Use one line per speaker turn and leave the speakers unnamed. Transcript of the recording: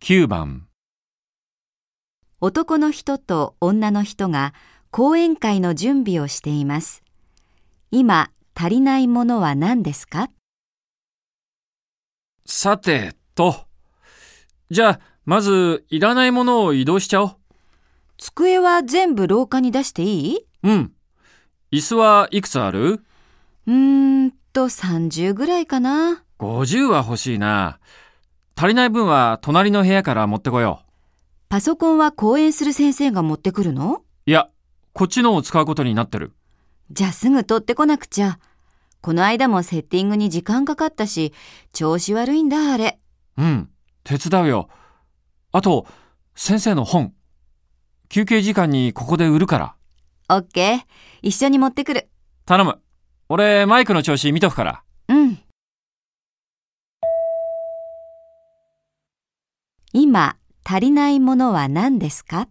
9番、
男の人と女の人が講演会の準備をしています。今、足りないものは何ですか
さてと。じゃあ、まず、いらないものを移動しちゃおう。
机は全部廊下に出していい
うん。椅子はいくつある
うーんと30ぐらいかな。
?50 は欲しいな。足りない分は隣の部屋から持ってこよ
パソコンは講演する先生が持ってくるの
う。いや、こっちのを使うことになってる。
じゃあすぐ取ってこなくちゃ。この間もセッティングに時間かかったし、調子悪いんだ、あれ。
うん、手伝うよ。あと、先生の本。休憩時間にここで売るから。
オッケー。一緒に持ってくる。
頼む。俺、マイクの調子見とくから。
うん。今、足りないものは何ですか